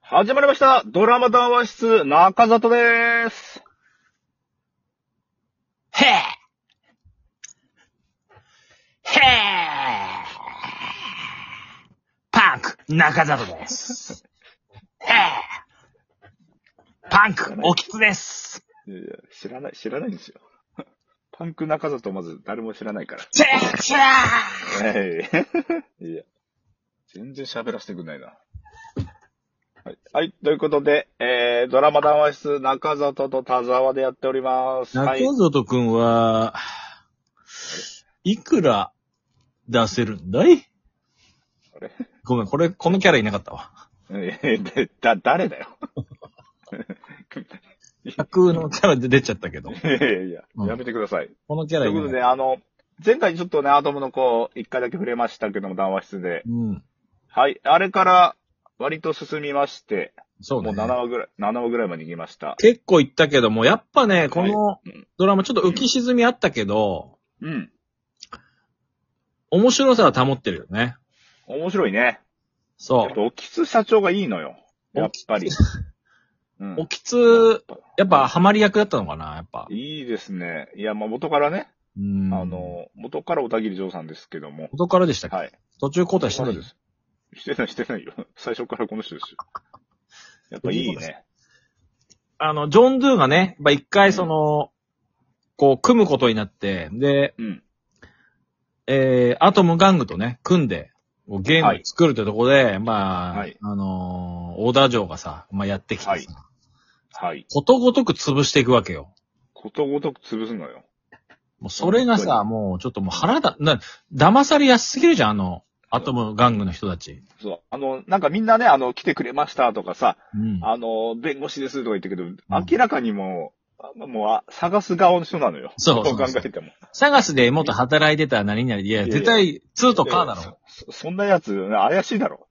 始まりましたドラマ談話室、中里でーすへえへえパンク中里です。へえパンクおきつです。いやいや知らない、知らないんですよ。 パンク中里まず誰も知らないから。チェッチャーはい。 いや、全然喋らせてくんないな。はい。はい、ということで、えー、ドラマ談話室、中里と田沢でやっております。はい。中里くんは、いくら出せるんだいあれごめん、これ、このキャラいなかったわ。えーだ、誰だよ。 架空のキャラで出ちゃったけど。いやいやいやう、んやめてください。このキャとラいいうなことかっで、あの、前回ちょっとね、アトムの子、一回だけ触れましたけども、談話室で。た。うん。はい。あれから、割と進みまして、そうもねう。7話ぐらい、7話ぐらいまで行きました。結構言ったけども、やっぱね、このいうんドラマちょっと浮き沈みあったけど、うん。面白さは保ってるよね。面白いね。そやっぱ、おきつ社長がいいのよ。やっぱり。うんう。おきつ、やっぱハマり役だったのかな、やっぱ。いいですね。いや、まあ、元からね、うん。あ、の、元から小田切嬢さんですけども。元からでしたっけ、はい。途中交代して元なからいです。してない、してないよ。 最初からこの人ですよ。やっぱいいね。あの、ジョン・ドゥがね、やっぱ一回その、こう、組むことになって、で、うん。えー、アトム玩具とね、組んで、こうゲームを作るってとこで、まあ、はいあのー、オーダー城がさ、まあやってきてさ、はいはい。ことごとく潰していくわけよ。ことごとく潰すのよ。もうそれが本当さ、もうちょっともう腹だ、な、騙されやすすぎるじゃん、あの、アトム玩具の人たち。そう。あの、なんかみんなね、あの、来てくれましたとかさ、うん。あの、弁護士ですとか言ってるけど、明らかにもう、あもうあ、探す側の人なのよ。そうどそうう考そうえても。サガスで元働いてた何々、いいやや、いや絶対、2とカーだいやいやろ。そそんなやつ、怪しいだろ。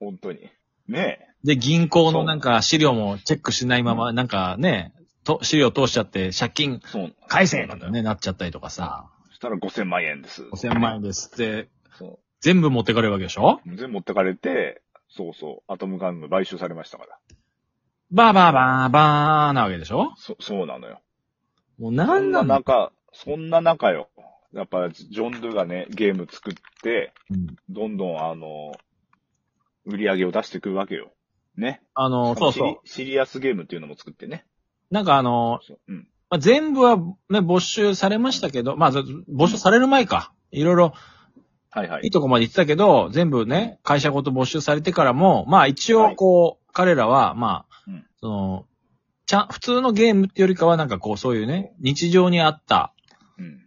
本当に。ねえ。で、銀行そうのなんか資料もチェックしないまま、なんかね、と、資料通しちゃって、借金そう。返せななんだんだよよね。ね、なっちゃったりとかさ、そしたら5000万円です。 5000万円ですって、そ全部持ってかれるわけでしょう。全部持ってかれて、そうそう、アトムガンの買収されましたから。バーバーバーバーなわけでしょそ、そうなのよ。もうそなんんななんだ、中、そんな中よ。やっぱ、ジョン・ドゥがね、ゲーム作って、うんどんどんあの、売り上げを出してくるわけよ。ね。あの、そうそう。シリ。シリアスゲームっていうのも作ってね。なんかあの、そううん。まあ、全部はね、没収されましたけど、まあ、ず没収される前か。いろいろ、はいはいいい。とこまで行ってたけど、全部ね、会社ごと没収されてからも、まあ一応こう、彼らは、まあ、うんその、ちゃん、普通のゲームってよりかはなんかこう、そういうね、日常にあった、うん。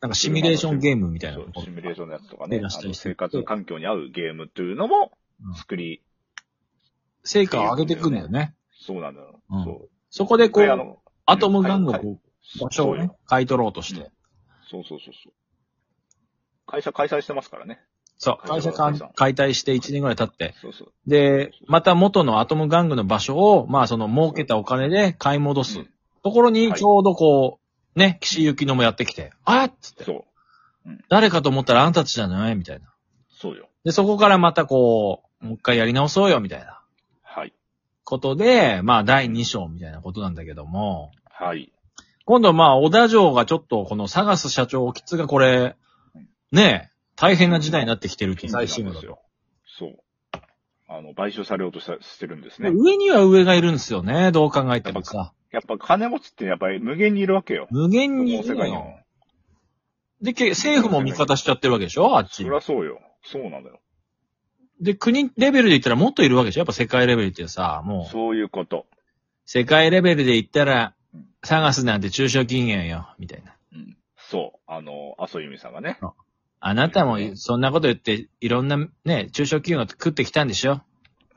なんかシミュレーションゲームみたいなそのう。シミュレーションのやつとかね。出しあたりのして生活環境に合うゲームっていうのもうん作り、成果を上げていくんだよね。そうなのよ。うんそう。そこでこであう、のアトムガンのはいはこう場所をね、買い取ろうとしそて。うよそうそうそうそう。会社開催してますからね。そう、会会社社解解散解体して1年ぐらい経って。そうそう。で、また元のアトム玩具の場所を、まあその儲けたお金で買い戻すうんところにはいちょうどこう、ね、岸由紀乃もやってきて、あっつって、そう。誰かと思ったらあんたたちじゃないみたいな。そうよ。で、そこからまたこう、もう一回やり直そうよみたいなはい。ことで、まあ第2章みたいなことなんだけども、はい。今度まあ小田城がちょっとこのサガス社長おきつがこれ、ねえ、大変な時代になってきてるっていう最新話だと。そう。あの、買収されようとしたしてるんですねで。上には上がいるんですよね、どう考えてもさ。やっぱ金持ちってやっぱり無限にいるわけよ。無限にいこの世るの界によも。で、け政府も味方しちゃってるわけでしょあっそちり。ゃそうよ。そうなのよ。で、国レベルで言ったらもっといるわけでしょやっぱ世界レベルってさ、もう、そういうこと。世界レベルで言ったらうん、サガスなんて中小企業よ、みたいな。うん。そう。あの、麻生由美さんがね。あなたもそんなこと言って、いろんなね、中小企業が食ってきたんでしょ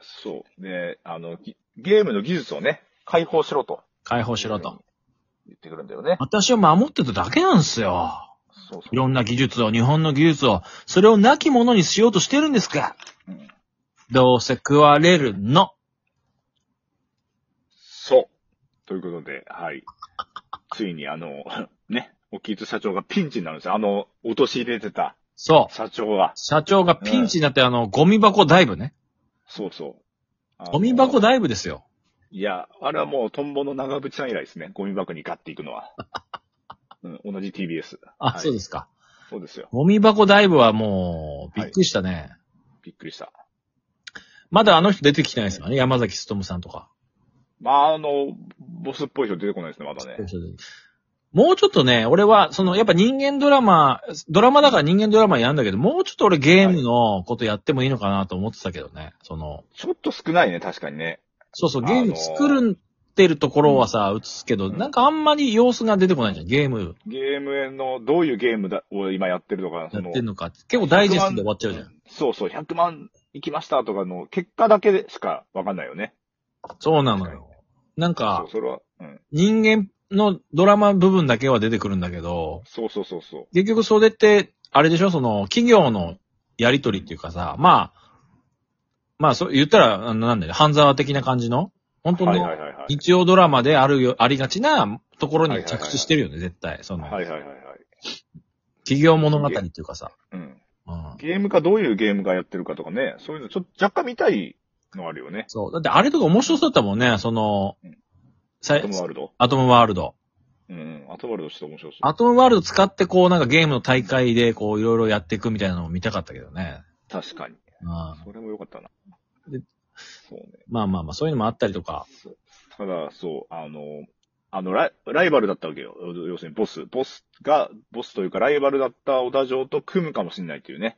そう。で、あの、ぎゲームの技術をね、解放しろと。解放しろと。。言ってくるんだよね。私を守ってただけなんですよ。そういそう。ろんな技術を、日本の技術を、それをなきものにしようとしてるんですかうんどうせ食われるの。そう。ということで、はい。ついにあの、 ね、沖津社長がピンチになるんですよ。あの、陥れてたそう。社長が。社長がピンチになって、あの、ゴミ箱ダイブね。そうそう。あのゴミ箱ダイブですよ。いや、あれはもうトンボの長渕さん以来ですね。ゴミ箱にガッていくのは。 うん、同じ TBS。あ、はいそうですか。そうですよ。ゴミ箱ダイブはもう、びっくりしたね。びっくりした。まだあの人出てきてないですよね。山崎努さんとか。まあ、あの、ボスっぽい人出てこないですね、まだね。もうちょっとね、俺は、その、やっぱ人間ドラマ、ドラマだから人間ドラマやるんだけど、もうちょっと俺ゲームのことやってもいいのかなと思ってたけどね。その、ちょっと少ないね、確かにね。そうそう、あゲのーーム作るってるところはさ、映すけど、うんなんかあんまり様子が出てこないじゃん、ゲームゲームへの、どういうゲームだを今やってるとか、やそっのてんのか。結構ダイジェストで終わっちゃうじゃん。そうそう、100万いきましたとかの結果だけでしかわかんないよね。そうなのよ。なんかそう、、それは、うん。人間のドラマ部分だけは出てくるんだけど、そうそうそうそう。結局それって、あれでしょその、企業のやりとりっていうかさ、まあ、まあ、そう、言ったら、あのなんだよ、半沢的な感じの、本当はいはのいはいはい。日曜ドラマであるよ、ありがちなところはいにはいはいはい着地してるよね、絶対。その、はいはいはいはい。企業物語っていうかさ。うん。うん。ゲームかどういうゲームがやってるかとかね、そういうのちょっと若干見たいのあるよね。そう。だってあれとか面白そうだったもんね、そのうん、さアトムワールド。アトムワールド。うんうん。アトムワールドちょっと面白そう。アトムワールド使ってこうなんかゲームの大会でこういろいろやっていくみたいなのも見たかったけどね。確かに。うん。まそれも良かったな。でそうね。あまあまあ、そういうのもあったりとか。ただ、そう、あの、あのライ、ライバルだったわけよ。要するにボス。ボスが、ボスというかライバルだった小田城と組むかもしれないっていうね。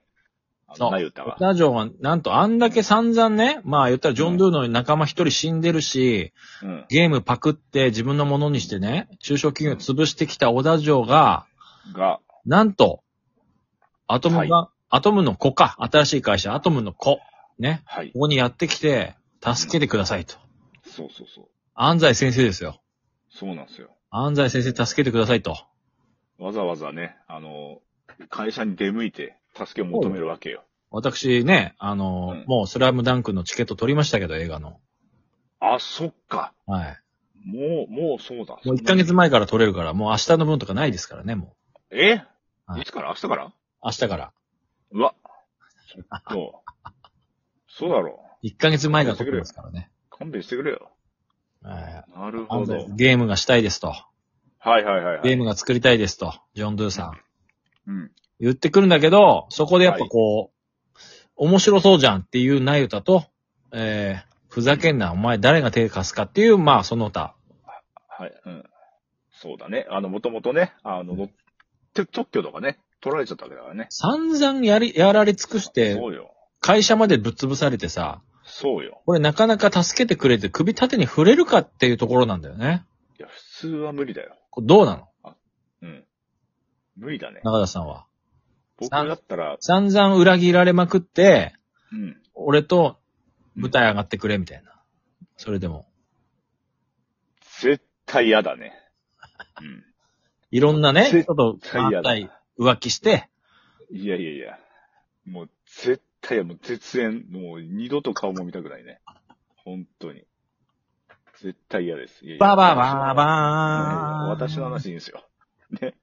あそうの、ナユタが。ダジョはなんとあんだけ散々ね、まあ言ったらジョン・ドゥーの仲間一人死んでるし、うん。ゲームパクって自分のものにしてね、中小企業を潰してきた小田城が、が、なんと、アトムが、アトムの子か、新しい会社、アトムの子、ね、はい。ここにやってきて、助けてくださいと。そうそうそう。安西先生ですよ。そうなんですよ。安西先生助けてくださいと。わざわざね、あの、会社に出向いて助けを求めるわけよ。私ね、あの、うんもうスラムダンクのチケット取りましたけど、映画の。あ、そっか。はもう、もうそうだ。い。もう1ヶ月前から取れるから、もう明日の分とかないですからね、もえはいいつから明日からう。明日から。うわ。ちょっと。そうだろ1ヶ月前から取れますからね。う。勘弁してくれよ。はいなるほ安ど。西ゲームがしたいですと。はいはいはい、はい。ゲームが作りたいですと。ジョン・ドゥさうん。ん。言ってくるんだけど、そこでやっぱこう、面白そうじゃんっていうナユタと、えー、ふざけんな、お前誰が手貸すかっていう、まあその他。はい。うん。そうだね。あの、もともとね、あの、のて特許とかね、取られちゃったわけだからね。散々やり、やられ尽くして、そうよ。会社までぶっ潰されてさ、そうよ。これなかなか助けてくれて首縦に触れるかっていうところなんだよね。いや、普通は無理だよ。これどうなのうん。無理だね。中田さんは。僕だったら、散々裏切られまくって、うん。俺と舞台上がってくれみたいな。それでも。絶対嫌だね。うん。いろんなね、絶ちょっと絶対反嫌だ。対い浮気して、やいやいや。もう、絶対や、もう絶縁。もう二度と顔も見たくないね。本当に。絶対嫌です。いやいやババババーン。私の話いいんですよ。 ね。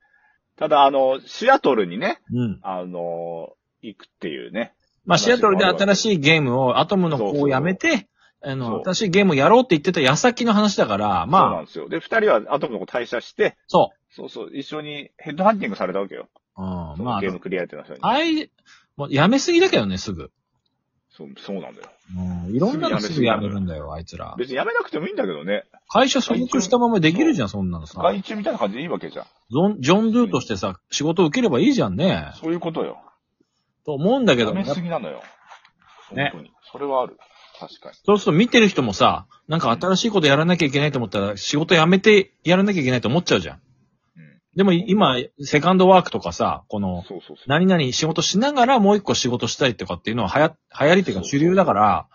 ただ、あの、シアトルにね、うん。あの、行くっていうね。まあ、シアトルで新しいゲームを、アトムの子をやめて、あの、新しいゲームをやろうって言ってた矢先の話だから、そうなまあん、ですよ。で、二人はアトムの子退社して、そそうそう、一緒にヘッドハンティングされたわけよ。う。うん、そまのあゲー、ムクリアってな人に。あい、もうやめすぎだけどね、すぐ。そう、そうなんだよ。うん、いろんなのすぐやめるんだよ、あいつら。別にやめなくてもいいんだけどね。会社所属したままできるじゃん、そんなのさ。外注みたいな感じでいいわけじゃん。ジョン、ジョン・ドゥとしてさ、仕事を受ければいいじゃんね。そういうことよ。と思うんだけやど、めすぎなのよ。ね本当に。それはある。確かに。そうすると見てる人もさ、なんか新しいことやらなきゃいけないと思ったら、仕事辞めてやらなきゃいけないと思っちゃうじゃん。うん。でも今、セカンドワークとかさ、この、そうそうそう。何々仕事しながらもう一個仕事したりとかっていうのは流行、流行りっていうか主流だから、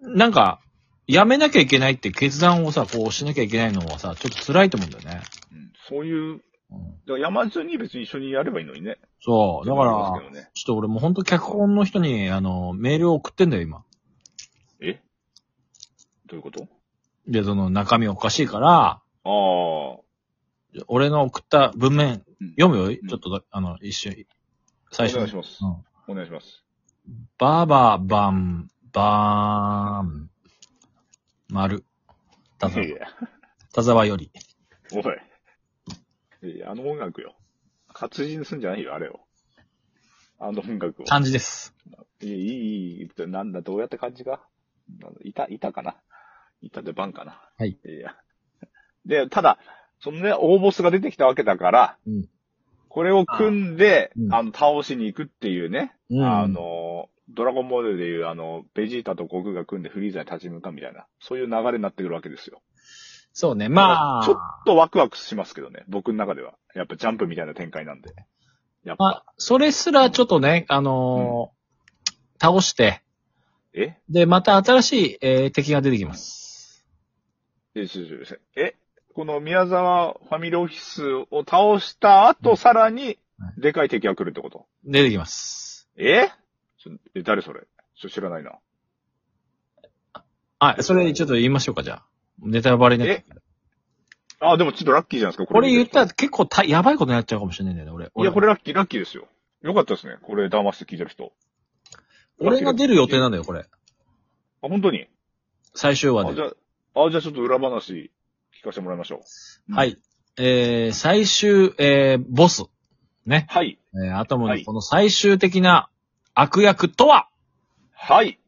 なんか、辞めなきゃいけないって決断をさ、こうしなきゃいけないのはさ、ちょっと辛いと思うんだよね。うんそういう、うん、だから山津に別に一緒にやればいいのにね。そう。だから、思いますけどねちょっと俺もうほんと脚本の人に、あの、メールを送ってんだよ、今。えどういうことで、その中身おかしいから、ああ。俺の送った文面うん、読むよ、ちょっとだ、あの、一瞬、最初お願に。いします。うんお願いします。バーバーバン、バーン、丸。田沢い。や、田沢より。おい。いや、あの音楽よ。活字にすんじゃないよ、あれを。あの音楽を。漢字です。いや、いい、いいって、なんだ、どうやって感じかなんだ板、板かな板でバンかなはい。いや。で、ただ、そのね、大ボスが出てきたわけだから、うんこれを組んで、あうんあの、倒しに行くっていうね、うんあ、の、ドラゴンボールでいう、あの、ベジータと悟空が組んでフリーザに立ち向かうみたいな、そういう流れになってくるわけですよ。そうね。まちょっあ、とワクワクしますけどね、僕の中では。やっぱジャンプみたいな展開なんで。やっぱ、まあ、それすらちょっとね、あのー倒して、えで、また新しい、えー敵が出てきます。え、ちょちょちょえ、この宮沢ファミリーオフィスを倒した後、さらには、でかい敵が来るってこと出てきます。えちょえ、誰それちょ、知らないな。はい、それちょっと言いましょうか、じゃあ。ネタバレね。あ、でもちょっとラッキーじゃないですか、これ言ったらい結構たやばいことになっちゃうかもしれないんだよね、俺。や、これラッキー、ラッキーですよ。よかったですね。これ騙して聞いてる人。俺が出る予定なんだよ、これ。あ、本当に最終話あ、でじ。ゃあ、あ、じゃあちょっと裏話聞かせてもらいましょう。うんは。い。えー、最終、えー、ボス。ね。はい。えー、アトムはのいこの最終的な悪役とは、はい。